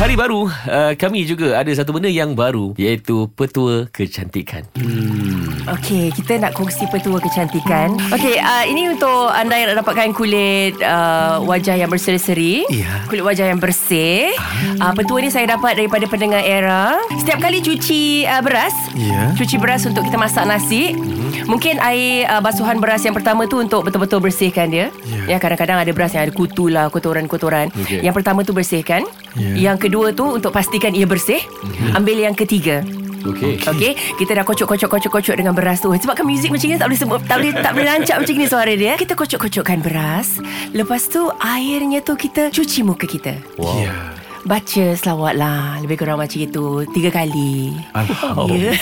Hari baru uh, kami juga ada satu benda yang baru iaitu petua kecantikan. Okey, kita nak kongsi petua kecantikan. Okey, uh, ini untuk anda yang nak dapatkan kulit uh, wajah yang berseri-seri, Ya. kulit wajah yang bersih. Uh, petua ni saya dapat daripada pendengar era. Setiap kali cuci uh, beras, Ya. cuci beras untuk kita masak nasi, mungkin air uh, basuhan beras yang pertama tu untuk betul-betul bersihkan dia. Ya. Ya, kadang-kadang ada beras yang ada kutu lah, kotoran-kotoran. Okey. Yang pertama tu bersihkan. Ya. Yang kedua tu untuk pastikan ia bersih. Ambil yang ketiga. Okey. Okey, kita dah kocok-kocok-kocok-kocok dengan beras tu. Sebab kan muzik macam ni tak boleh sebut, tak boleh tak boleh lancak macam ni suara dia. Kita kocok-kocokkan beras. Lepas tu airnya tu kita cuci muka kita. Wow. Ya. Yeah. Baca selawat lah Lebih kurang macam itu Tiga kali Ya, Alhamdulillah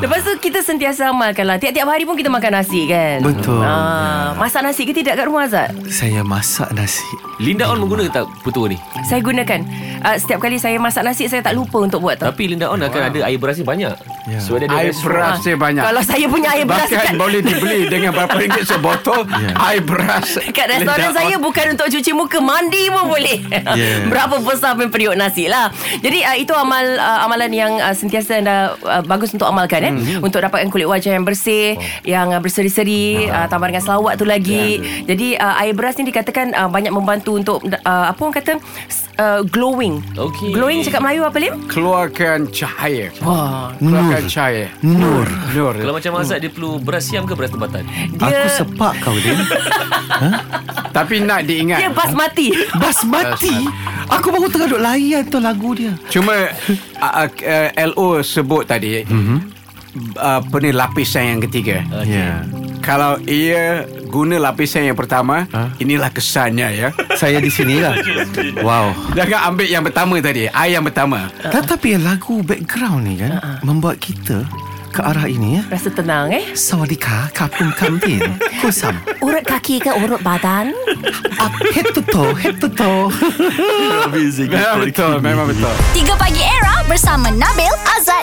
Lepas tu kita sentiasa amalkan lah Tiap-tiap hari pun kita makan nasi kan Betul. ah, Masak nasi ke tidak kat rumah Azad? Saya masak nasi Linda On mengguna tak petua ni? Saya gunakan uh, Setiap kali saya masak nasi Saya tak lupa untuk buat tau Tapi Linda On akan ada air berasnya banyak. Ya. So dia ada Air restoran. beras dia banyak. Kalau saya punya air beras Bahkan kat- boleh dibeli dengan berapa ringgit sebotol air beras. Kat restoran Ledak saya bukan untuk cuci muka, mandi pun boleh. Yeah. Berapa besar pun periuk nasi lah. Jadi uh, itu amal uh, amalan yang uh, sentiasa anda uh, bagus untuk amalkan eh. Untuk dapatkan kulit wajah yang bersih, yang uh, berseri-seri, uh, tambah dengan selawat tu lagi. Jadi uh, air beras ni dikatakan uh, banyak membantu untuk uh, apa orang kata s- uh, glowing. Okey. Glowing cakap Melayu apa Lim? Keluarkan cahaya. Wah, Keluarkan cahaya. Nur. Nur. Kalau macam Azad dia perlu beras siam ke beras tempatan? Aku dia sepak kau dia Tapi nak diingat. dia basmati. Basmati Aku baru tengah duk layan tu lagu dia Cuma uh, uh, LO sebut tadi mm-hmm. uh, apa ni lapisan yang ketiga. Eh. Ya Kalau ia guna lapisan yang pertama, inilah kesannya ya. Saya di sini lah Wow Jangan ambil yang pertama tadi, air yang pertama. Tetapi lagu background ni kan Membuat kita ke arah ini ya Rasa tenang eh. Sawadika kapung kamtin Kusam Urut kaki ke urut badan? Up head to toe Head to toe Memang betul, memang betul. 3 Pagi Era bersama Nabil, Azad